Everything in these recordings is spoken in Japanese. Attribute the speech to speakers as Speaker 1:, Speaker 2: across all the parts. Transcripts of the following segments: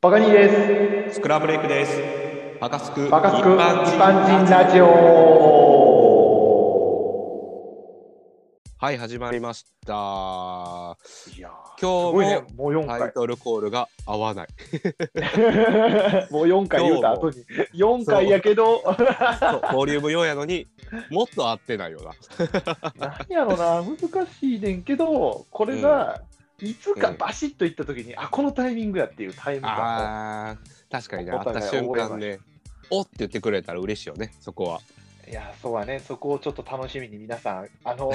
Speaker 1: バカニーで
Speaker 2: スクラブレイクです。バカスク
Speaker 1: す。バカすく一
Speaker 2: 一
Speaker 1: 般人ラジオ。
Speaker 2: はい、始まりました。今
Speaker 1: いや
Speaker 2: 日
Speaker 1: ー、すごいね
Speaker 2: も、
Speaker 1: もう4
Speaker 2: タイ
Speaker 1: 回。
Speaker 2: トルコールが合わない。
Speaker 1: もう4回言うた後に。4回やけど、
Speaker 2: そうボリューム4やのにもっと合ってないよな。
Speaker 1: なんやろな、難しいねんけど、これが、いつかバシッといったときに、あ、このタイミングやっていうタイミングが
Speaker 2: あー、確かにね、
Speaker 1: お
Speaker 2: 会っ
Speaker 1: 互い
Speaker 2: た瞬間
Speaker 1: 覚
Speaker 2: ね、おって言ってくれたら嬉しいよね、そこは。
Speaker 1: いや、そうはね、そこをちょっと楽しみに皆さん、あの、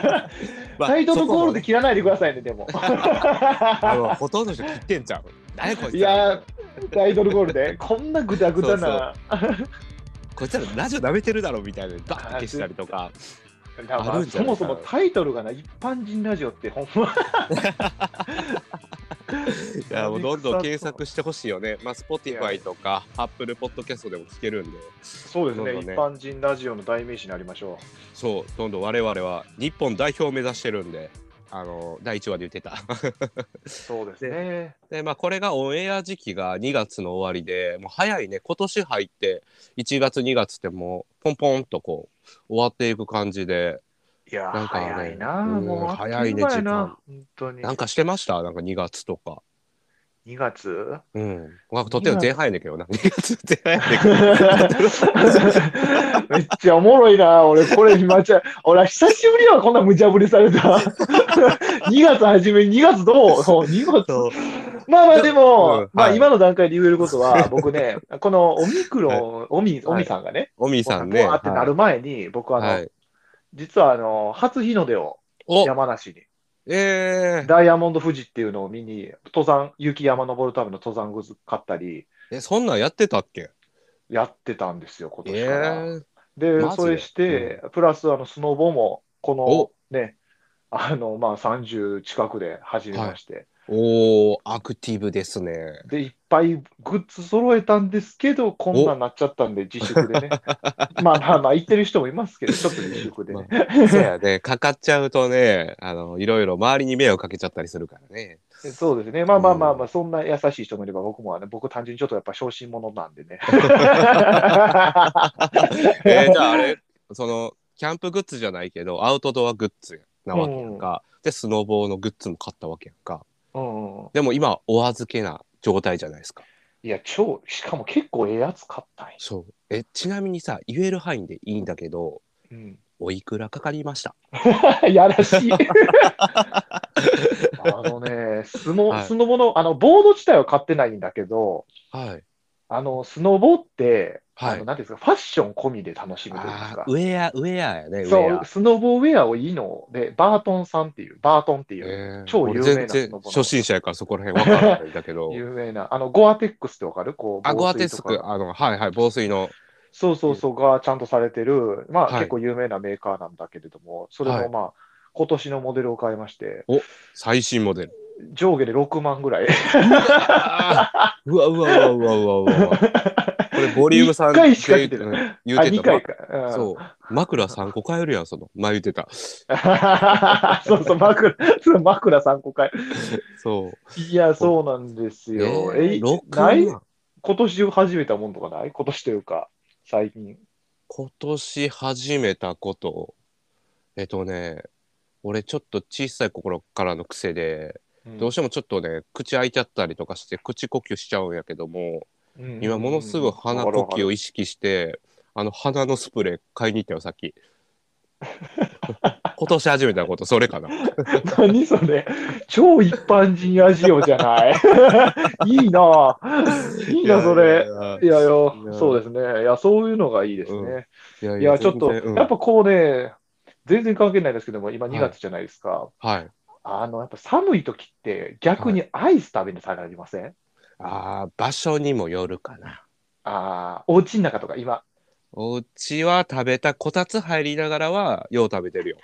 Speaker 2: まあ
Speaker 1: タイトルコールで
Speaker 2: そ
Speaker 1: 切らないでくださいね、で も。
Speaker 2: こそもあのほとんどの人切ってんちゃう。誰こいつ
Speaker 1: い
Speaker 2: ら
Speaker 1: やー、タイトルコールで、こんなぐだぐだな。
Speaker 2: こいつらラジオ舐めてるだろみたいなのバッと消したりとか。
Speaker 1: だから
Speaker 2: あ
Speaker 1: ま
Speaker 2: る
Speaker 1: あ
Speaker 2: んじゃ
Speaker 1: そ
Speaker 2: ない
Speaker 1: も
Speaker 2: か
Speaker 1: そ
Speaker 2: な
Speaker 1: もタイトルがな、一般人ラジオって、ほんま。
Speaker 2: いやもうどんどん検索してほしいよね。まあ、Spotify とか Apple Podcast でも聞けるんで、
Speaker 1: そうですね
Speaker 2: どんどんね
Speaker 1: 一般人ラジオの代名詞になりましょ
Speaker 2: そう、どんどん我々は日本代表を目指してるんで、あの、第1話で言ってた。
Speaker 1: う。そうですね。
Speaker 2: で、まあ、これがオンエア時期が2月の終わりで、もう早いね、今年入って、1月、2月ってもう、ポンポンとこう、終わっていく感じで、
Speaker 1: いや
Speaker 2: な
Speaker 1: ー、
Speaker 2: んかね
Speaker 1: 早いなー、
Speaker 2: うん
Speaker 1: もうあっと
Speaker 2: 早
Speaker 1: い
Speaker 2: いうね
Speaker 1: 間や
Speaker 2: 時間
Speaker 1: な、本当に。
Speaker 2: なんかしてましたなんか2月とか。
Speaker 1: 2月
Speaker 2: うん。まあ、とっても前半やねんけどな。2月前半やねんけど
Speaker 1: めっちゃおもろいな、俺、これ、今じゃ、俺は久しぶりやわ、こんな無茶ぶりされた。2月初め、2月どうそう、2月
Speaker 2: そう
Speaker 1: まあまあでも、
Speaker 2: うん
Speaker 1: ま
Speaker 2: は
Speaker 1: あ
Speaker 2: い
Speaker 1: 今の段階で言えることは、僕ね、このオミクロン、オミ、オミさんがね、
Speaker 2: おみさんね。
Speaker 1: こうあってなる前に、僕はあの、
Speaker 2: はい。
Speaker 1: 実はあの、初日の出を
Speaker 2: お
Speaker 1: 山梨に、
Speaker 2: えー
Speaker 1: ダイヤモンド富士っていうのを見に、登山、雪山登るための登山グッズ買ったり、
Speaker 2: え、そんなんやってたっけ
Speaker 1: やってたんですよ、今年
Speaker 2: え
Speaker 1: から。
Speaker 2: ーマ
Speaker 1: で、
Speaker 2: ジで
Speaker 1: それして、プラスあの、スノボも、こ
Speaker 2: お
Speaker 1: のね、あの、まあ30近くで始めまして、
Speaker 2: おー、アクティブですね。
Speaker 1: で、いっぱいグッズ揃えたんですけど、こんなんなっちゃったんで、自粛 でね。まあまあまあ、行ってる人もいますけど、ちょっと自粛でね。
Speaker 2: そうやね、かかっちゃうとね、あの、いろいろ周りに迷惑かけちゃったりするからね。
Speaker 1: そうですね。まあまあまあまあ、そんな優しい人もいれば、僕もはね、僕単純にちょっとやっぱ小心者なんでね。
Speaker 2: えーじゃああれ、その、キャンプグッズじゃないけど、アウトドアグッズなわけやんか。で、スノボーのグッズも買ったわけやんか。
Speaker 1: うんうん、
Speaker 2: でも今、お預けな状態じゃないですか。
Speaker 1: いや、超、しかも結構ええやつ買ったんや。
Speaker 2: そう。え、ちなみにさ、言える範囲でいいんだけど、
Speaker 1: うん、
Speaker 2: おいくらかかりました。
Speaker 1: やらしい。あのね、スノ、
Speaker 2: はい
Speaker 1: スノボの、あの、ボード自体は買ってないんだけど、
Speaker 2: はい。
Speaker 1: あの、スノボって、
Speaker 2: は
Speaker 1: あ
Speaker 2: い
Speaker 1: の、なんていうんですか、ファッション込みで楽しむというんです
Speaker 2: あ
Speaker 1: か
Speaker 2: ー。ウェア、ウェアやね、ウ
Speaker 1: そ
Speaker 2: ェア
Speaker 1: う、。スノボウェアをいいので、バートンさんっていう、バートンっていう、
Speaker 2: えー
Speaker 1: 超有名な
Speaker 2: 俺全
Speaker 1: ス
Speaker 2: 然
Speaker 1: ノボの
Speaker 2: 初心者やからそこら辺わからないんだけ ど。
Speaker 1: 有名な、あの、ゴアテックスってわかるこう、
Speaker 2: アゴア
Speaker 1: 防
Speaker 2: テ
Speaker 1: 水と
Speaker 2: スク、
Speaker 1: か。
Speaker 2: あの、はいはい、防水の。
Speaker 1: そうそうそう、がちゃんとされてる、まあ、
Speaker 2: はい
Speaker 1: 結構有名なメーカーなんだけれども、それ
Speaker 2: はい
Speaker 1: もまあ、今年のモデルを買いまして、
Speaker 2: 最新モデ ル。
Speaker 1: 上下で6万ぐらい。
Speaker 2: うわうわうわうわうわうわ。これボリューム3
Speaker 1: 一回しか見てない
Speaker 2: うん言
Speaker 1: あ、
Speaker 2: うて
Speaker 1: 2
Speaker 2: た
Speaker 1: 回
Speaker 2: ま
Speaker 1: か。うん
Speaker 2: そう。枕3個買えるやん、その。前言ってた。
Speaker 1: そうそう、枕、そう枕3個買
Speaker 2: そう。
Speaker 1: い。いや、そうなんです
Speaker 2: え
Speaker 1: よ。え、
Speaker 2: 6
Speaker 1: ない
Speaker 2: 万。
Speaker 1: 今年始めたもんとかない今年というか、最近。
Speaker 2: 今年始めたこと。えっとね、俺ちょっと小さい頃からの癖で、
Speaker 1: うん
Speaker 2: どうしてもちょっとね、口開いちゃったりとかして、口呼吸しちゃうんやけども、今
Speaker 1: 今
Speaker 2: ものすごい鼻呼吸を意識して、あの鼻のスプレー買いに行ったよ、さっき。今年始めたこと、それかな。
Speaker 1: 何それ超一般人ラジオじゃない いいなぁいいなそれ。いやいや
Speaker 2: いや
Speaker 1: そうですねいやそういうのがいいですね、
Speaker 2: いやいや
Speaker 1: いやちょっと、
Speaker 2: 全然うん
Speaker 1: やっぱこうね全然関係ないですけども今
Speaker 2: い
Speaker 1: 2月じゃないですか、
Speaker 2: はい。
Speaker 1: あのやっぱ寒い時って逆にアイス食べに下がりません、
Speaker 2: ああ、場所にもよるかな。
Speaker 1: ああお家の中とか今
Speaker 2: お家は食べたこたつ入りながらはよう食べてるよ。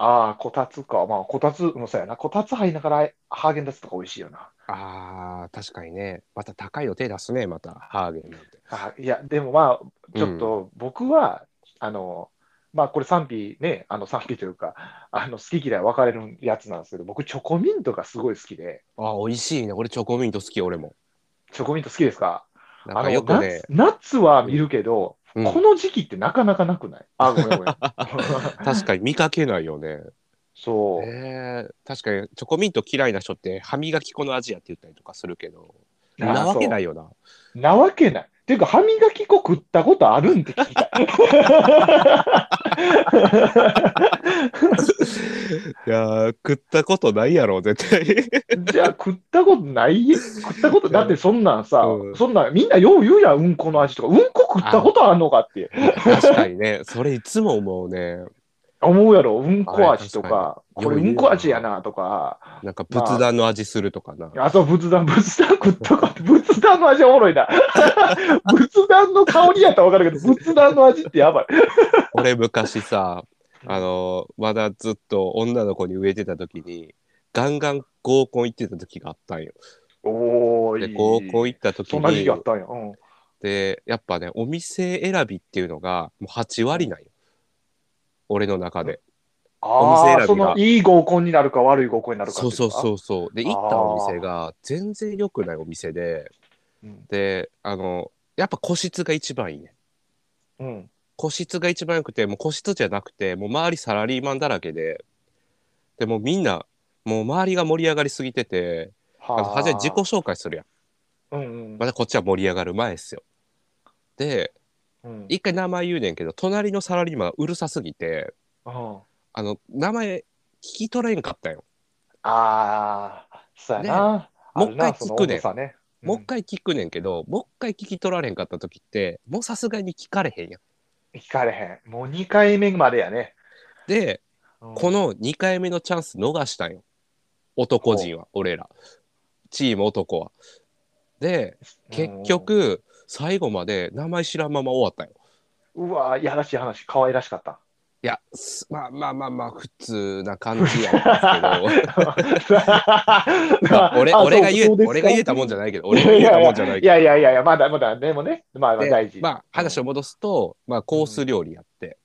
Speaker 1: ああこたつかまあこたつもそうやなこたつ入りながらハーゲンダッツとか美味しいよな
Speaker 2: ああ、確かにね。また高いの手出すね、またハーゲンなんて。
Speaker 1: あいやでもまあちょっと僕は、あのまあこれ賛否ね、あの賛否というか、あの好き嫌い分かれるやつなんですけど、僕チョコミントがすごい好きで、
Speaker 2: あ、美味しいね。俺チョコミント好き、俺も。
Speaker 1: チョコミント好きですかあ
Speaker 2: なんか
Speaker 1: の
Speaker 2: よくね。
Speaker 1: ナッツナッツは見るけど、
Speaker 2: うん
Speaker 1: この時期ってなかなかな くないあ、ごめんごめん。
Speaker 2: 確かに見かけないよね。
Speaker 1: そう。。
Speaker 2: えー、確かにチョコミント嫌いな人って歯磨き粉の味やって言ったりとかするけど、なわけないいよな。
Speaker 1: そうなわけない。っていうか、歯磨き粉食ったことあるんって聞いた。
Speaker 2: いやー食ったことないやろ、絶 対。
Speaker 1: じゃあ食ったことない食ったこと、だってそんなんさ、
Speaker 2: うん
Speaker 1: そんなんみんなよう言うやん、うんこの味とか、うんこ食ったことあんのかって
Speaker 2: 確かにね、それいつも思うね。
Speaker 1: 思うやろ、うんこ味とか、
Speaker 2: あれ確かに
Speaker 1: これうんこ味やなとか、
Speaker 2: なんか仏壇の味するとかな。
Speaker 1: あ、そう、仏壇、仏壇食ったこと、仏壇の味おもろいな。 仏壇の香りやったらわかるけど、仏壇の味ってやばい。
Speaker 2: 俺昔さ、あのーまだずっと女の子に植えてた時に、ガンガン合コン行ってた時があったんよ。
Speaker 1: おー、
Speaker 2: で、
Speaker 1: いい。
Speaker 2: 合コン行った時
Speaker 1: そんな時期あっ
Speaker 2: に、
Speaker 1: たんや。うん。
Speaker 2: で、やっぱね、お店選びっていうのがもう8割なんよ。俺の中で。お店
Speaker 1: あ
Speaker 2: 選び
Speaker 1: あ、
Speaker 2: が
Speaker 1: その、いい合コンになるか悪い合コンになるかって
Speaker 2: そ
Speaker 1: いうか。。
Speaker 2: そうそううそう。で、行ったお店が全然良くないお店で、
Speaker 1: うん。
Speaker 2: で、あの、やっぱ個室が一番いいね。
Speaker 1: うん、
Speaker 2: 個室が一番良くて、もう個室じゃなくて、もう周りサラリーマンだらけで、でもうみんな、もう周りが盛り上がりすぎてて、
Speaker 1: は
Speaker 2: まず初め自己紹介するやん。
Speaker 1: うんうん
Speaker 2: またこっちは盛り上がる前っすよ。で、
Speaker 1: うん。
Speaker 2: 一回名前言うねんけど、隣のサラリーマンがうるさすぎて、
Speaker 1: うん
Speaker 2: あの、名前聞き取れんかったよ。
Speaker 1: ああ、そうやな。
Speaker 2: ね
Speaker 1: あるな
Speaker 2: もう一回聞くね
Speaker 1: その重さね。
Speaker 2: もう一回聞くねんけど、もう一回聞き取られんかった時って、もうさすがに聞かれへんやん。
Speaker 1: うん聞かれへん。もう二回目までやね。
Speaker 2: で、
Speaker 1: うん
Speaker 2: こ、の2回目のチャンス逃したんよ。男陣は、俺ら。チーム男は。で、結局、最後まで名前知らんまま終わったんよ。
Speaker 1: うん。うわー、いやらしい話、可愛らしか った。
Speaker 2: いや、すまあまあまあまあ、普通な感じやったんです けど。まあ俺俺が言え俺が言えたも んじゃないけど、俺が言えたもんじゃない
Speaker 1: い
Speaker 2: けど。
Speaker 1: やいやいやいや、まだまだ、でもね、まあまあ
Speaker 2: で
Speaker 1: 大事。
Speaker 2: まあ話を戻すと、まあ、コース料理やって、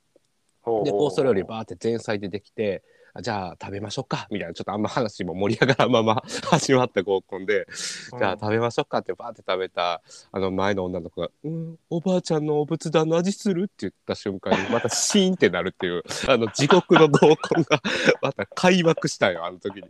Speaker 1: ほう
Speaker 2: で
Speaker 1: ほう
Speaker 2: コース料理バーって前菜でできてあじゃあ食べましょうかみたいなちょっとあんま話も盛り上がらんま ま始まった合コンで、じゃあ食べましょうかってバーって食べたあの前の女の子が「うんおばあちゃんのお仏壇の味する?」って言った瞬間 にまたシーンってなるっていうあの地獄の合コンが また開幕したよあの時に。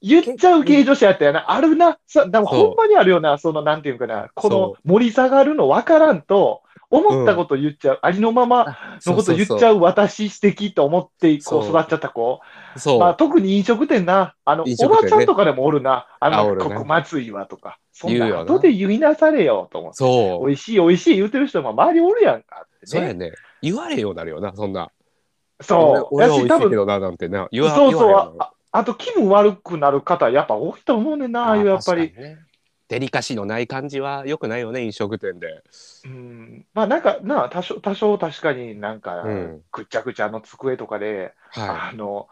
Speaker 1: 言っちゃう芸女子やったよな。あるな。さでも
Speaker 2: そう
Speaker 1: ほんまにあるよな。その、なんていうかな。こ
Speaker 2: そ
Speaker 1: の盛り下がるの分からんと、思ったこと言っちゃう。ありのままのこと言っち
Speaker 2: う
Speaker 1: ゃう私素敵と思って、こう
Speaker 2: そう
Speaker 1: 育っちゃった子。
Speaker 2: そう
Speaker 1: まあ、特に飲食店な。あの、
Speaker 2: 飲
Speaker 1: お
Speaker 2: 食
Speaker 1: ば
Speaker 2: 店ね
Speaker 1: ちゃんとかでもおるな。あ
Speaker 2: あ
Speaker 1: の、
Speaker 2: おるね
Speaker 1: ここまずいわとか。そん
Speaker 2: 言うよ
Speaker 1: な
Speaker 2: な
Speaker 1: 後で言いなされよと思って。
Speaker 2: そう
Speaker 1: 美味しい美味しい言うてる人も周りおるやんかって
Speaker 2: そうや
Speaker 1: ね。
Speaker 2: ね。言われようなるよな、そんな。
Speaker 1: そう。
Speaker 2: 俺
Speaker 1: や
Speaker 2: 俺は美
Speaker 1: し、多
Speaker 2: 味しいけ
Speaker 1: 分、
Speaker 2: どな、なんてな。言わ
Speaker 1: そう
Speaker 2: 言わ
Speaker 1: そ
Speaker 2: れ
Speaker 1: う。
Speaker 2: ようなる
Speaker 1: ああと、気分悪くなる方、やっぱ多いと思うねんな、ああいうやっぱり。。
Speaker 2: 確かにねデリカシーのない感じは良くないよね、飲食店で。
Speaker 1: うんまあなんか、なあ、多少、多少確かになんか
Speaker 2: うん、
Speaker 1: ぐっちゃぐちゃの机とかで、
Speaker 2: は
Speaker 1: あの、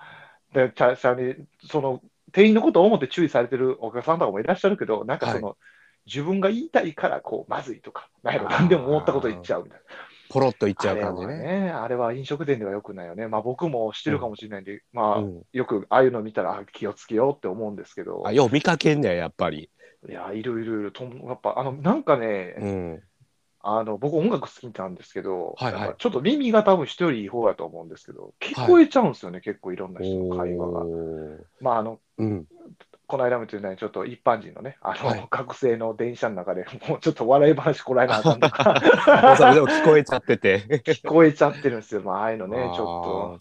Speaker 1: で、ちゃ、ちゃに、その、店員のことを思って注意されてるお客さんとかもいらっしゃるけど、なんかその、自分が言いたいから、こう、まずいとか、なんやろ、
Speaker 2: あー
Speaker 1: なんでも思ったこと言っちゃうみたい
Speaker 2: い。ポロッといっち
Speaker 1: な。
Speaker 2: ゃ
Speaker 1: あ
Speaker 2: う
Speaker 1: れ
Speaker 2: 感
Speaker 1: は
Speaker 2: じね。
Speaker 1: ね、あれは飲食店ではよくないよね。まあ僕もしてるかもしれないんで、ま
Speaker 2: う
Speaker 1: あ、
Speaker 2: ん、
Speaker 1: よくああいうの見たらあ気をつけようって思うんですけど
Speaker 2: あ、よう見かけんねや、やっぱり。
Speaker 1: いや、いろいろいろと、やっぱ、あの、なんかね、
Speaker 2: うん。
Speaker 1: あの僕、音楽好きなんですけど、
Speaker 2: はいはい
Speaker 1: なんかちょっと耳が多分人よりいい方やと思うんですけど、聞こえちゃうんですよね、結構いろんな人の会話が。
Speaker 2: おー
Speaker 1: まあ、あの
Speaker 2: うん。
Speaker 1: この間も言ったように、ちょっと一般人のね、あの
Speaker 2: はい
Speaker 1: 学生の電車の中で、 もうちょっと笑い話こらえなあかんと か、
Speaker 2: おそれでも聞こえちゃってて。
Speaker 1: 聞こえちゃってるんですよ、まあ、ああいうのね、ちょっと。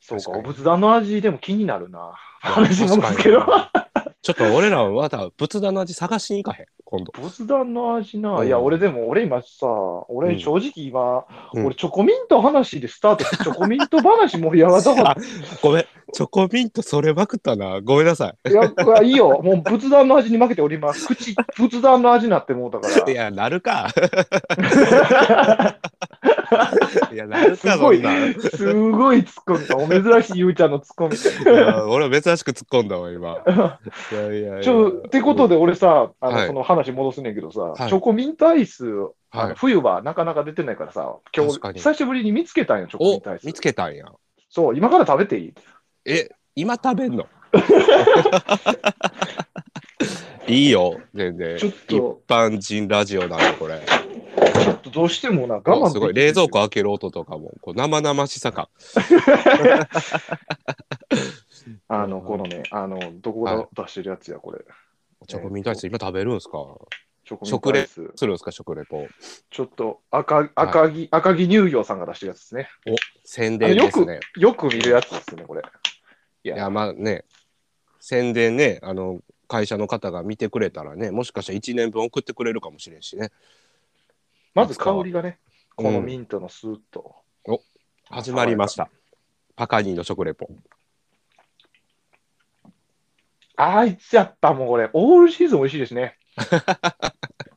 Speaker 1: そうか、お仏壇の味でも気になるな、
Speaker 2: あー
Speaker 1: 話もですけど
Speaker 2: 確、かにちょっと俺らはまた仏壇の味探しに行かへん、今度。
Speaker 1: 仏壇の味な、
Speaker 2: うん
Speaker 1: いや、俺でも、俺今さ、
Speaker 2: う
Speaker 1: 俺
Speaker 2: ん
Speaker 1: 正直今、
Speaker 2: うん
Speaker 1: 俺チョコミント話でスタート して、チョコミント話盛り上がったから
Speaker 2: あごめん、チョコミントそれまくったな。ごめんなさい。
Speaker 1: いや、うわいいよ。もう仏壇の味に負けております。口、仏壇の味になってもうたか
Speaker 2: いや、なるか。
Speaker 1: ら。
Speaker 2: いや、なるか、
Speaker 1: すごい
Speaker 2: そんな、
Speaker 1: すごい突っ込んだ。お珍しいゆうちゃんの突っ
Speaker 2: い
Speaker 1: 込
Speaker 2: や俺は珍しく突っ込んだわ、今。いやいやいや
Speaker 1: み。ちょ、ってことで俺さ、あの、
Speaker 2: はい
Speaker 1: その話戻すねんけどさ、
Speaker 2: はい
Speaker 1: チョコミントアイスあ
Speaker 2: は
Speaker 1: の
Speaker 2: い。
Speaker 1: 冬はなかなか出てないからさ、今日
Speaker 2: 確かに
Speaker 1: 久しぶりに見つけたんよ、チョコミン
Speaker 2: お
Speaker 1: 体、質
Speaker 2: 見つけたんや。
Speaker 1: そう、今から食べていい
Speaker 2: え、今食べんの いいよ、全然。
Speaker 1: ちょっ
Speaker 2: 一
Speaker 1: と、
Speaker 2: 般人ラジオなんだ、これ。
Speaker 1: ちょっとどうしてもな、我慢
Speaker 2: すごい。
Speaker 1: で
Speaker 2: 冷
Speaker 1: きな
Speaker 2: 蔵庫開ける音とかも、こう生々しさ感。
Speaker 1: あの、このね、あの、どこ
Speaker 2: は
Speaker 1: が
Speaker 2: い
Speaker 1: 出してるやつや、これ。
Speaker 2: チョコミントアイス、今食べるんですか
Speaker 1: チョコミン
Speaker 2: 食
Speaker 1: 体
Speaker 2: レ
Speaker 1: 質。
Speaker 2: するんですか、食レポ。
Speaker 1: ちょっと赤、赤木、赤木乳業さんが出してるやつですね。
Speaker 2: お宣伝ですね。
Speaker 1: よく見るやつですね、これ。い
Speaker 2: いや、まあね、宣伝ね、あの、会社の方が見てくれたらね、もしかしたら1年分送ってくれるかもしれんしね。
Speaker 1: まず香りがね、
Speaker 2: うん
Speaker 1: このミントのスーッと。
Speaker 2: 始まりました。パカニーの食レポ。
Speaker 1: あいつやっぱもうこれ、オールシーズン美味しいです ね。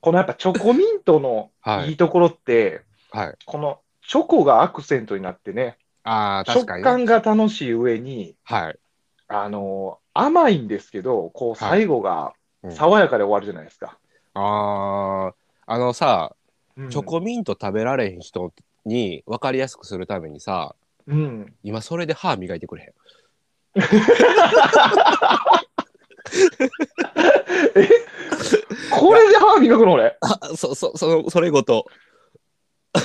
Speaker 1: このやっぱチョコミントの
Speaker 2: はい
Speaker 1: いいところって、
Speaker 2: はい。
Speaker 1: このチョコがアクセントになってね、
Speaker 2: ああ、確
Speaker 1: 食
Speaker 2: かに、ね。
Speaker 1: 感が楽しい上に、
Speaker 2: はい。
Speaker 1: あのー甘いんですけど、こう
Speaker 2: はい
Speaker 1: 最後が
Speaker 2: うん
Speaker 1: 爽やかで終わるじゃないですか。
Speaker 2: ああ、あのさ、
Speaker 1: うん
Speaker 2: チョコミント食べられへん人に分かりやすくするためにさ、
Speaker 1: うん、
Speaker 2: 今それで歯磨いてくれへん。
Speaker 1: これで歯磨くの俺。
Speaker 2: あ、そ、そ、その、それご と。い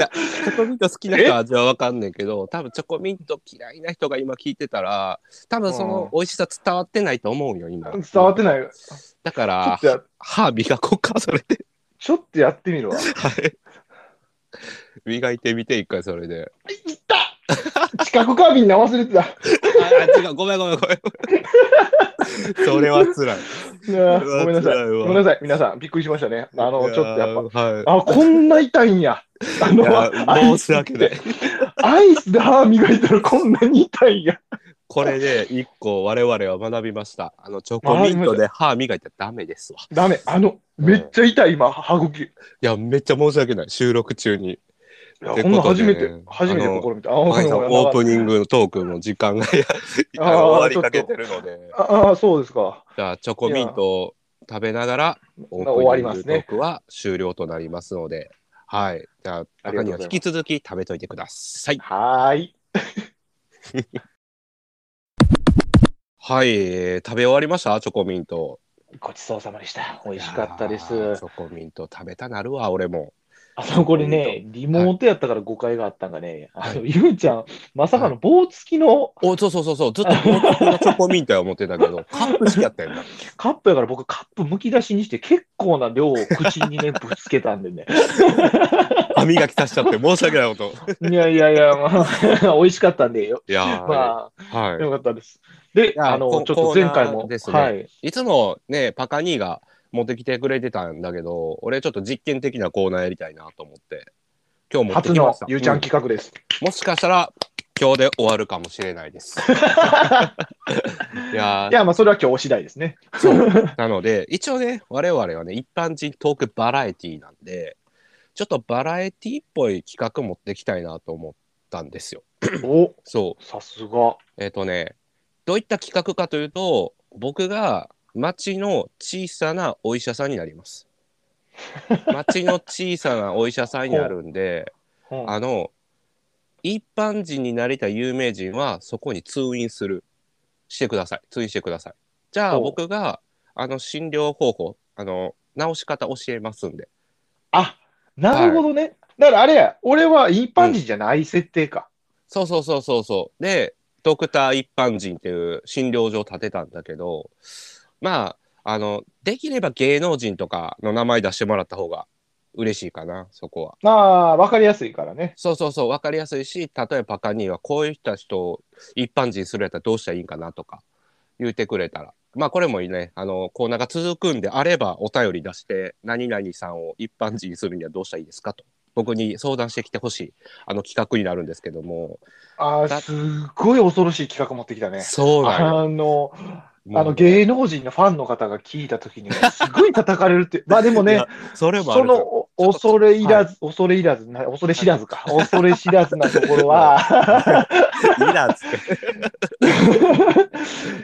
Speaker 2: や、チョコミント好きな人は味はわかんねんけど、多分チョコミント嫌いな人が今聞いてたら、多分その美味しさ伝わってないと思うよ、今。
Speaker 1: 伝わってない。ち
Speaker 2: だか
Speaker 1: ょっ
Speaker 2: ら
Speaker 1: と、や
Speaker 2: 歯磨こうか、それで。
Speaker 1: ちょっとやってみるわ。
Speaker 2: はい。磨いてみて、一回それで。
Speaker 1: いった知覚過敏な忘れ てた。
Speaker 2: あ、違う、ごめんごめん ごめん。それは辛い。
Speaker 1: なあごめんなさい。
Speaker 2: いわ
Speaker 1: ごめんなさい。皆さん、びっくりしましたね。あの、ちょっとやっ
Speaker 2: っぱ。はい。
Speaker 1: ぱ、あ、こんな痛いんや。 あ
Speaker 2: い
Speaker 1: の、ア
Speaker 2: や
Speaker 1: イ
Speaker 2: 申し
Speaker 1: スっ
Speaker 2: 訳ない
Speaker 1: て、。アイスで歯磨いたらこんなに痛いんや。
Speaker 2: これで一個我々は学びました。あのチョコミントで歯磨いたらダメですわ。
Speaker 1: ダメ。あの、
Speaker 2: うん
Speaker 1: めっちゃ痛い、今、歯茎。
Speaker 2: いや、めっちゃ申し訳ない。収録中に。
Speaker 1: いや、
Speaker 2: って
Speaker 1: こんなん
Speaker 2: ことで
Speaker 1: 初めて
Speaker 2: ね、
Speaker 1: 初めて
Speaker 2: あの
Speaker 1: 試みた。あ、
Speaker 2: マイさん、オープニングのトークの時間がいや 終わりかけてるので。
Speaker 1: ああ、そうですか。
Speaker 2: じゃあ、チョコミントを食べながら、オ
Speaker 1: 終わり
Speaker 2: ープニン
Speaker 1: ま
Speaker 2: グ
Speaker 1: す
Speaker 2: トー
Speaker 1: ね
Speaker 2: クは終了となりますので。はい。じゃあ、
Speaker 1: ありがとうござ
Speaker 2: 中に
Speaker 1: います
Speaker 2: は引き続き食べといてください。
Speaker 1: はーい。
Speaker 2: はい。えー食べ終わりましたチョコミント。
Speaker 1: ごちそうさまでした。美
Speaker 2: 美
Speaker 1: 味しかったです。
Speaker 2: チョコミント食べたなるわ、俺も。
Speaker 1: あそこに
Speaker 2: え
Speaker 1: ね、リモートやったから誤解があったんがね、
Speaker 2: はい
Speaker 1: あの、ゆうちゃん、まさかの棒付きの
Speaker 2: お、そうそうそうそう、ずっと本格のチョコミントや思ってたけ ど、カップしかやったよな。
Speaker 1: カップやから僕カップむき出しにして結構な量を口に ね、ぶつけたんでね。
Speaker 2: 歯磨きさせちゃって申し訳ないこと。
Speaker 1: いやいやいや、まあ、 美味しかったんでよ。
Speaker 2: いやー、
Speaker 1: まあ、
Speaker 2: は
Speaker 1: よかったです。で、
Speaker 2: や
Speaker 1: あの、
Speaker 2: こ
Speaker 1: ちょっと前回
Speaker 2: コーナ
Speaker 1: も、
Speaker 2: ーですね
Speaker 1: はい。
Speaker 2: い。いつもね、パカ兄が持ってきてくれてたんだけど、俺ちょっと実験的なコーナーやりたいなと思って、今日持って
Speaker 1: 初
Speaker 2: きま
Speaker 1: の
Speaker 2: した。
Speaker 1: ゆうちゃ
Speaker 2: うん
Speaker 1: 企画です。
Speaker 2: んもしかしたら、今日で終わるかもしれない です。いや
Speaker 1: いや、まあ、それは今日次第ですね。
Speaker 2: ー、そう。なので、一応ね、我々はね、一般人トークバラエティなんで、ちょっとバラエティっぽい企画持ってきたいなと思ったんですよ。
Speaker 1: お、
Speaker 2: そう。
Speaker 1: さすが。
Speaker 2: えっ、とね、どういった企画かというと、僕が町の小さなお医者さんになります。町の小さなお医者さんになるんで、
Speaker 1: うん
Speaker 2: あの、一般人になりたい有名人はそこに通院する。してください。通院してください。じゃあ
Speaker 1: ほう
Speaker 2: 僕が、あの、診療方法、あの、治し方教えますんで。
Speaker 1: あ、なるほどね。だからあれや、俺は一般人じゃない設定か。
Speaker 2: そうそうそうそうそう。で、ドクター一般人っていう診療所を建てたんだけど、まあ、あの、できれば芸能人とかの名前出してもらった方が嬉しいかな、そこは。
Speaker 1: ああ、わかりやすいからね。
Speaker 2: そうそうそう、わかりやすいし、例えばパカニーはこういった人を一般人するやったらどうしたらいいんかなとか言ってくれたら。まあこれもいいね、あの、コーナーが続くんであればお便り出して、何々さんを一般人にするにはどうしたらいいですかと。僕に相談してきてほしい、あの企画になるんですけども。
Speaker 1: あ
Speaker 2: だ
Speaker 1: あ、すっごい恐ろしい企画持ってきたね。
Speaker 2: そうなんよ
Speaker 1: あの、
Speaker 2: もう
Speaker 1: あの芸能人のファンの方が聞いたときに、すごい叩かれるって、 まあでも
Speaker 2: い
Speaker 1: ね
Speaker 2: や、それもあ
Speaker 1: そ
Speaker 2: る
Speaker 1: の
Speaker 2: から
Speaker 1: お恐れいらず、恐れいらずな、恐れ知らずか、恐れ知らずなところは、
Speaker 2: いいなっつって。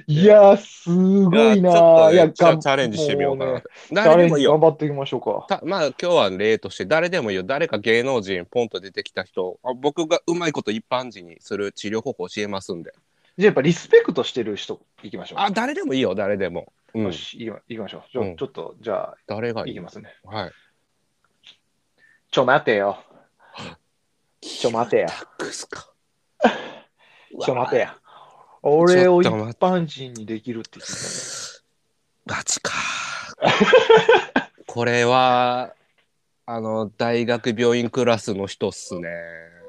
Speaker 1: いやー、すごい
Speaker 2: いやちょ
Speaker 1: な
Speaker 2: っと
Speaker 1: ー。
Speaker 2: ね
Speaker 1: いや、
Speaker 2: チャ
Speaker 1: がん
Speaker 2: チャレンジしてみようかな
Speaker 1: もねチャ
Speaker 2: 誰
Speaker 1: レ
Speaker 2: で
Speaker 1: ン
Speaker 2: もいい
Speaker 1: ジ
Speaker 2: よ
Speaker 1: 頑張っていきましょうか。
Speaker 2: たまあ今日は例として誰でもいいよ誰か芸能人ポンと出てきた人あ僕がうまいこと一般人にする治療方法教えますんで
Speaker 1: じゃあ、やっぱリスペクトしてる人、いきましょう。
Speaker 2: あ誰でもいいよ誰でも、うん
Speaker 1: よ、し、いきまいきましょう。ちょ,、
Speaker 2: うん
Speaker 1: ちょっと、じゃ
Speaker 2: 誰
Speaker 1: あ、
Speaker 2: がい
Speaker 1: い
Speaker 2: い
Speaker 1: きますね。
Speaker 2: はい
Speaker 1: ちょ、待てよ。ちょ、待てや。
Speaker 2: クスか
Speaker 1: ちょ、待て
Speaker 2: うわ
Speaker 1: や。俺を
Speaker 2: ち
Speaker 1: 一
Speaker 2: ょっと待っ
Speaker 1: 般人にできるって言ってたね
Speaker 2: ガチ かこれはあの大学病院クラスの人っすね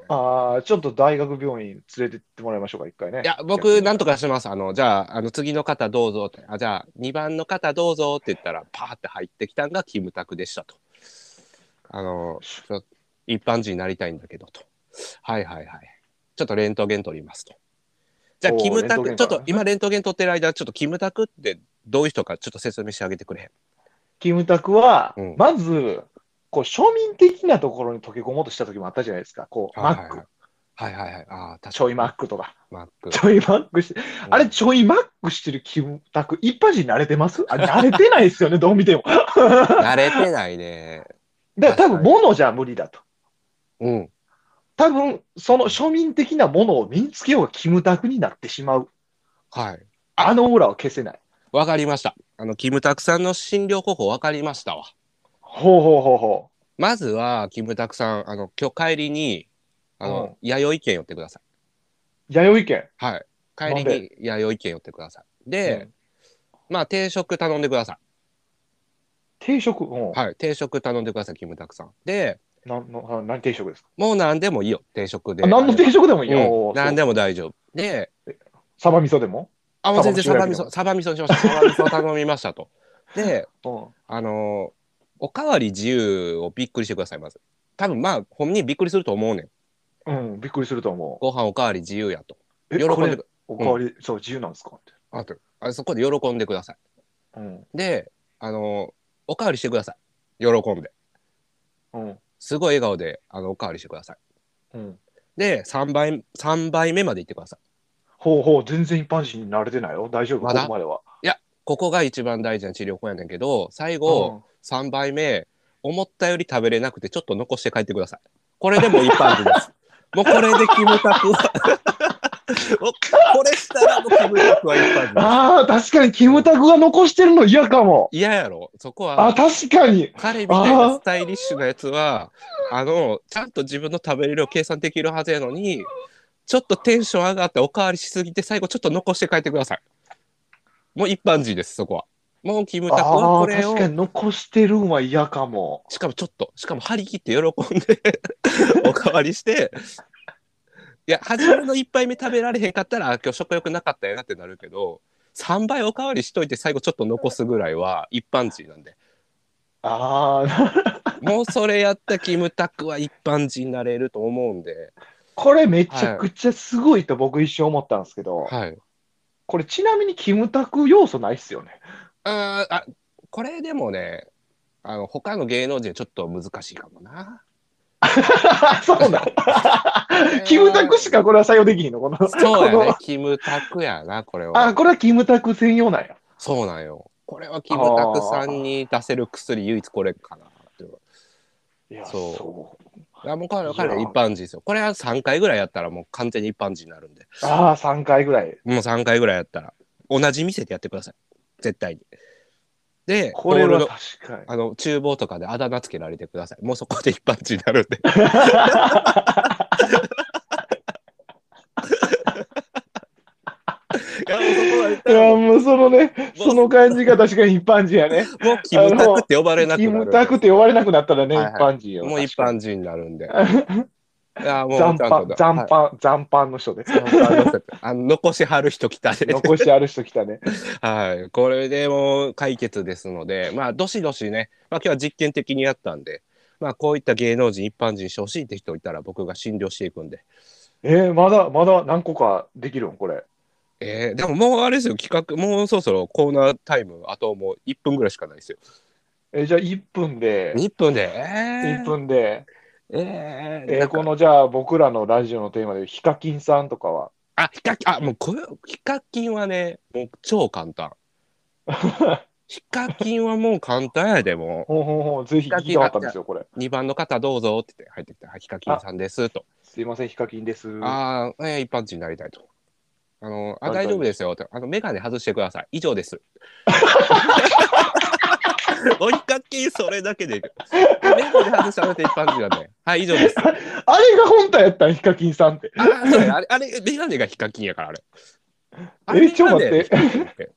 Speaker 1: ああ、ちょっと大学病院連れてってもらいましょうか、一回ね。
Speaker 2: いや僕なんとかしますあのじゃああの次の方どうぞってあじゃあ2番の方どうぞって言ったらパーって入ってきたんがキムタクでしたとあのちょ一般人になりたいんだけどとはいはいはいちょっとレントゲン取りますとじゃあ
Speaker 1: おー
Speaker 2: キムタ
Speaker 1: レ
Speaker 2: ク
Speaker 1: ン
Speaker 2: ちょ
Speaker 1: ト
Speaker 2: っ
Speaker 1: ゲン
Speaker 2: と今レントゲン取ってる間ちょっとキムタクってどういう人かちょっと説明してあげてくれ
Speaker 1: キムタクは、
Speaker 2: うん
Speaker 1: まず、こう庶民的なところに溶け込もうとした時もあったじゃないですか。こう、マック、
Speaker 2: はいはいはいああ確かに
Speaker 1: ちょいマックとか、
Speaker 2: マック
Speaker 1: ちょいマックして、あれ、ちょいマックしてるキムタク、一般人慣れてます あ、慣れてないですよね、どう見ても。
Speaker 2: 慣れてないね
Speaker 1: だから多分、
Speaker 2: 確か
Speaker 1: ものじゃ無理だと。
Speaker 2: うん
Speaker 1: 多分、その庶民的なものを身につけようがキムタクになってしまう。
Speaker 2: はい
Speaker 1: あのオーラを消せない。
Speaker 2: わかりました。あの、キムタクさんの診療方法わかりましたわ。
Speaker 1: ほうほうほうほ
Speaker 2: まずは、キムタクさん、あの、今日帰りに、あの、弥生県寄ってくださ
Speaker 1: う。弥生県。
Speaker 2: い。はい。帰り
Speaker 1: なん
Speaker 2: に弥生県寄ってください。で、まあ、定食頼んでくださ
Speaker 1: 定食、うん
Speaker 2: い。はい。定食頼んでください、キムタクさん。で、
Speaker 1: なんのあ何定食ですか
Speaker 2: もう何でもいいよ、定食で。
Speaker 1: あ何の定食でもいい
Speaker 2: うん
Speaker 1: よ。
Speaker 2: 何でも大丈夫。で、
Speaker 1: サバ味噌でも
Speaker 2: あ、もう全然サ
Speaker 1: サ
Speaker 2: バ
Speaker 1: バ
Speaker 2: 味
Speaker 1: 味噌
Speaker 2: 噌、サバ味噌にしました。サバ味噌頼みましたと。で、
Speaker 1: うん。
Speaker 2: あのおかわり自由をびっくりしてください、まず。多分まあ、本人びっくりすると思うねん。
Speaker 1: うん、びっくりすると思
Speaker 2: ご飯おかわり自由やと。
Speaker 1: う。え、
Speaker 2: 喜ん
Speaker 1: こ
Speaker 2: で
Speaker 1: れ
Speaker 2: く
Speaker 1: おかわり、そう、自由なんですかって。
Speaker 2: あとあそこで喜んでください。
Speaker 1: うん。
Speaker 2: で、あのおかわりしてください。喜んで。
Speaker 1: うん。
Speaker 2: すごい笑顔であのおかわりしてください。
Speaker 1: うん。
Speaker 2: で、3杯三杯目まで行ってください。
Speaker 1: ほうほう、全然一般人に慣れてないよ。大丈夫、
Speaker 2: まだ
Speaker 1: ここまでは。
Speaker 2: ここが一番大事な治療法やねんけど、最後、3杯目、思ったより食べれなくて、ちょっと残して帰ってください。これでもう一般 人です。もうこれでキムタクはもうこれしたらもうキムタクは一般人です。
Speaker 1: ああ、確かに、キムタクが残してるの嫌かも。
Speaker 2: 嫌やろそこは。
Speaker 1: あ、確かに。
Speaker 2: 彼みたいなスタイリッシュなやつはあのちゃんと自分の食べれる量計算できるはずやのにちょっとテンション上がっておかわりしすぎて最後ちょっと残して帰ってくださいもう一般人ですそこはもうキムタクは
Speaker 1: ああ
Speaker 2: こ
Speaker 1: ー、
Speaker 2: れを
Speaker 1: 確かに残してるんは嫌かも。
Speaker 2: しかもちょっとしかも張り切って喜んで おかわりしていや初めの1杯目食べられへんかったらあ今日食欲なかったやなってなるけど3倍おかわりしといて最後ちょっと残すぐらいは一般人なんで
Speaker 1: ああ、
Speaker 2: もうそれやったキムタクは一般人になれると思うんで。
Speaker 1: これめちゃくちゃすごいと僕一瞬思ったんですけど、
Speaker 2: はい。
Speaker 1: これちなみにキムタク要素ないっすよね。
Speaker 2: あーあ、これでもね、あの、他の芸能人はちょっと難しいかもな。
Speaker 1: そうなん。キムタクしかこれは採用できひんのこの。
Speaker 2: そうや
Speaker 1: こ
Speaker 2: ね
Speaker 1: の。
Speaker 2: キムタクやな、これ
Speaker 1: あ、
Speaker 2: は。
Speaker 1: これはキムタク専用なんや。
Speaker 2: そうなんよ。これはキムタクさんに出せる薬、唯一これかな。
Speaker 1: いや、
Speaker 2: そう
Speaker 1: そう。
Speaker 2: いやもう彼は彼はい一
Speaker 1: や
Speaker 2: 般人ですよ。これは3回ぐらいやったらもう完全に一般人になるんで。
Speaker 1: ああ、3回ぐらい。
Speaker 2: もう3回ぐらいやったら。同じ店でやってください。絶対に。で、
Speaker 1: これ
Speaker 2: ボール
Speaker 1: は
Speaker 2: の
Speaker 1: 確か
Speaker 2: あの厨房とかであだ名つけられてください。もうそこで一般人になるん で。いやもうそこは言っ
Speaker 1: に。
Speaker 2: た
Speaker 1: い
Speaker 2: ら
Speaker 1: や、もうそのね、その感じが確かに一般人やね。
Speaker 2: もうキムタクって呼ばれなくな
Speaker 1: キ
Speaker 2: るんで。
Speaker 1: ムタクって呼ばれなくなったらね、
Speaker 2: はいは
Speaker 1: 一般人よ。
Speaker 2: もう一
Speaker 1: 確か
Speaker 2: 般人になる んで。
Speaker 1: に。
Speaker 2: いやもう
Speaker 1: 残
Speaker 2: ちゃん
Speaker 1: 飯
Speaker 2: と、
Speaker 1: 残
Speaker 2: はい
Speaker 1: 飯、残飯の人 で。
Speaker 2: 残飯の人あの残しはる人来たで、
Speaker 1: 残しある人来たね。
Speaker 2: はい、これでもう解決ですので、まあ、どしどしね、まあ、今日は実験的にやったんで、まあ、こういった芸能人、一般人してほしいって人いたら、僕が診療していくんで、
Speaker 1: えー、まだ、まだ何個かできるんこれ。
Speaker 2: えー、でももうあれですよ、企画、もうそろそろコーナータイム、あともう1分ぐらいしかないですよ。
Speaker 1: えーじゃあ1分で、
Speaker 2: 1分で、えー、
Speaker 1: 1分で、
Speaker 2: えー、
Speaker 1: え
Speaker 2: な
Speaker 1: ー
Speaker 2: んか
Speaker 1: このじゃあ僕らのラジオのテーマで、ヒカキンさんとかは
Speaker 2: あ、ヒカキン、あ、もうこれ、ヒカキンはね、もう超簡 単。ヒカキンはもう簡単やで、も
Speaker 1: ほうほうほう、ぜひ聞きたかったんですよ、これ。
Speaker 2: う。2番の方どうぞって言って入ってきて、はいヒカキンさんですと。
Speaker 1: すいません、ヒカキンです。
Speaker 2: ああ、えー一般人になりたいと。あの、あ、
Speaker 1: なりたい
Speaker 2: 大丈夫ですよと。あの、メガネ外してください。以上 です。おヒカキンそれだけでいく。メガネ外したらって一般人だね。はい、以上です。
Speaker 1: あれが本体やったん、ヒカキンさんって。
Speaker 2: あそうやあれ、あれ、メガネがヒカキンやから、あれ。あ
Speaker 1: えちょっと待って
Speaker 2: メガネがヒカキンやって。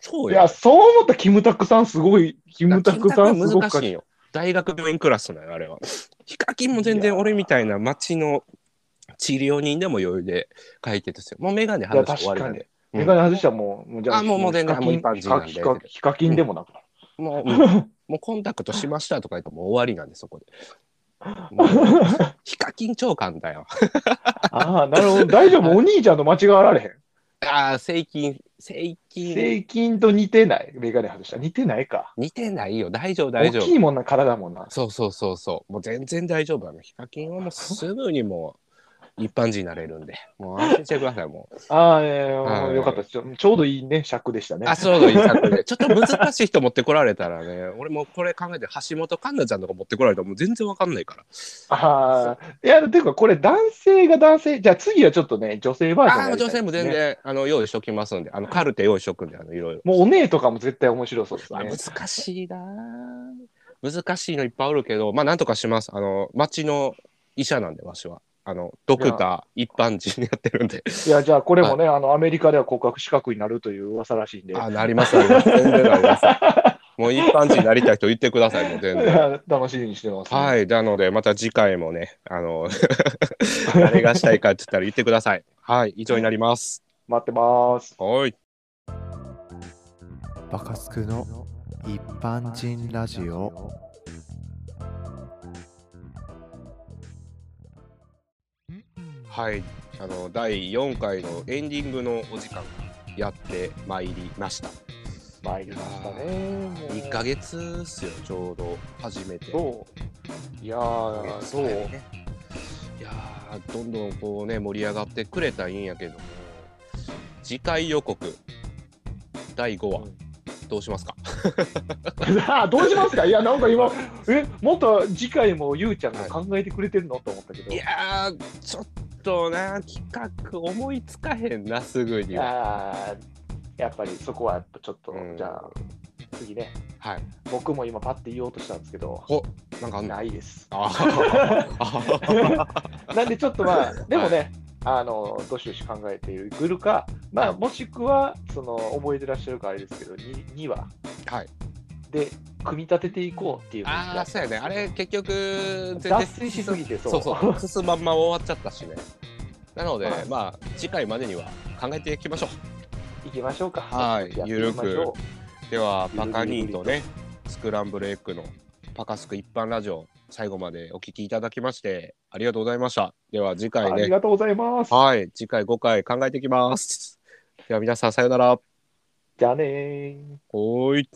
Speaker 2: そう
Speaker 1: い
Speaker 2: や
Speaker 1: や、。そう思ったらキムタクさんすごい、キムタクさんすごく
Speaker 2: 難しいよ。大学病院クラスなのよ、あれは。ヒカキンも全然俺みたいな町の治療人でも余裕で解決ですよ。もうメガネ外して終わりなんで。
Speaker 1: メガネ外したらもう、もうじゃ
Speaker 2: あもうもう全然
Speaker 1: ヒ
Speaker 2: も
Speaker 1: カ
Speaker 2: う
Speaker 1: キン
Speaker 2: 一般人なんで
Speaker 1: ヒカヒカヒカキンでもなくなる。
Speaker 2: もう、うんもうコンタクトしましたとか言ってもう終わりなんで、そこで。もうヒカキン超簡単よ。
Speaker 1: ああ、なるほど。大丈夫、お兄ちゃんと間違わられへん。
Speaker 2: ああ、セイキン、セイキン、
Speaker 1: 税金と似てない。メガネ外した。似てないか。
Speaker 2: 似てないよ。大丈夫、
Speaker 1: 大
Speaker 2: 大丈
Speaker 1: 丈
Speaker 2: 夫
Speaker 1: 夫。大。きいもんな、体もんな。
Speaker 2: そうそうそうそう。もう全然大丈夫なの。ヒカキンはもうすぐにもう一般人になれるんで。もう安心してください、もう。
Speaker 1: ああ、いやいや
Speaker 2: はい
Speaker 1: よかったですちょ。ちょうどいいね、尺でしたね。
Speaker 2: あ、そうだ、いい作で。ちょっと難しい人持ってこられたらね、俺もうこれ考えて橋本環奈ちゃんとか持ってこられたらもう全然わかんないから。
Speaker 1: ああ。いや、ていうか、これ男性が男性。じゃあ次はちょっとね、女性バージョン
Speaker 2: あ
Speaker 1: や
Speaker 2: あ、
Speaker 1: りたいです
Speaker 2: 女
Speaker 1: ね
Speaker 2: 性も全。然、あの、用意しときますんで、あの、カルテ用意しとくんで、あの、いろいろ。
Speaker 1: もうお姉とかも絶対面白そうです
Speaker 2: まあ
Speaker 1: ね。
Speaker 2: 難しいなあ難しいのいっぱいあるけどまあなんとかしますあの町の医者なんでわしはあのドクター一般人やってるんで
Speaker 1: いや、じゃあこれもね、あの、アメリカでは告白資格になるという噂らしいんで。
Speaker 2: あなりますなります全然なりますもう一般人になりたい人言ってくださいもう全
Speaker 1: い
Speaker 2: 然
Speaker 1: や 楽しみにしてます、。
Speaker 2: はいいなのでまた次回もねあの 誰がしたいかって言ったら言ってくださいはい以上になります
Speaker 1: 待ってます。
Speaker 2: はい
Speaker 3: バカスクの一般人ラジオ。
Speaker 2: はいあの第4回のエンディングのお時間やってまいりました
Speaker 1: 参りましたね。
Speaker 2: 1ヶ月っすよちょうど初めて
Speaker 1: そう。いや
Speaker 2: 1ヶ
Speaker 1: ー、
Speaker 2: 月
Speaker 1: そう。
Speaker 2: だよねいやーどんどんこうね盛り上がってくれたらいいんやけども次回予告第5話どうしますか
Speaker 1: あどうしますかいや、なんか今、え、もっと次回もゆうちゃんが考えてくれてるのと思ったけど。
Speaker 2: いやーちょっとな企画思いつかへんなすぐには
Speaker 1: あーやっぱりそこはやっぱちょっと、
Speaker 2: うん
Speaker 1: じゃあ、次ね、
Speaker 2: はい
Speaker 1: 僕も今、パッて言おうとしたんですけど、
Speaker 2: おなんかあんの
Speaker 1: ないです。
Speaker 2: あーあー
Speaker 1: なんでちょっとまあ、でもね、あのどしどし考えていくるか、まあ、もしくは、その、覚えてらっしゃるかあれですけど、2, 2話
Speaker 2: はい
Speaker 1: で組み立てていこうっていう感じ
Speaker 2: あ
Speaker 1: だ
Speaker 2: あ
Speaker 1: った
Speaker 2: そうやねあれ結局
Speaker 1: 脱線しすぎて、そう。
Speaker 2: そうそう、進まんま終わっちゃったしね。なので
Speaker 1: は、い
Speaker 2: まあ、次回までには考えていきましょう。
Speaker 1: 行きましょうか。
Speaker 2: は
Speaker 1: や
Speaker 2: い
Speaker 1: っていきましょう
Speaker 2: ゆるくでは、
Speaker 1: ゆる
Speaker 2: パ
Speaker 1: り
Speaker 2: カニーとね、スクランブルエッグのパカスク一般ラジオ、最後までお聞きいただきまして、ありがとうございました。では、次回
Speaker 1: あり
Speaker 2: ね、
Speaker 1: がとうございます。
Speaker 2: はい、次回5回考えていきます。では、皆さん、さよなら。
Speaker 1: じゃあねー。
Speaker 2: おーい。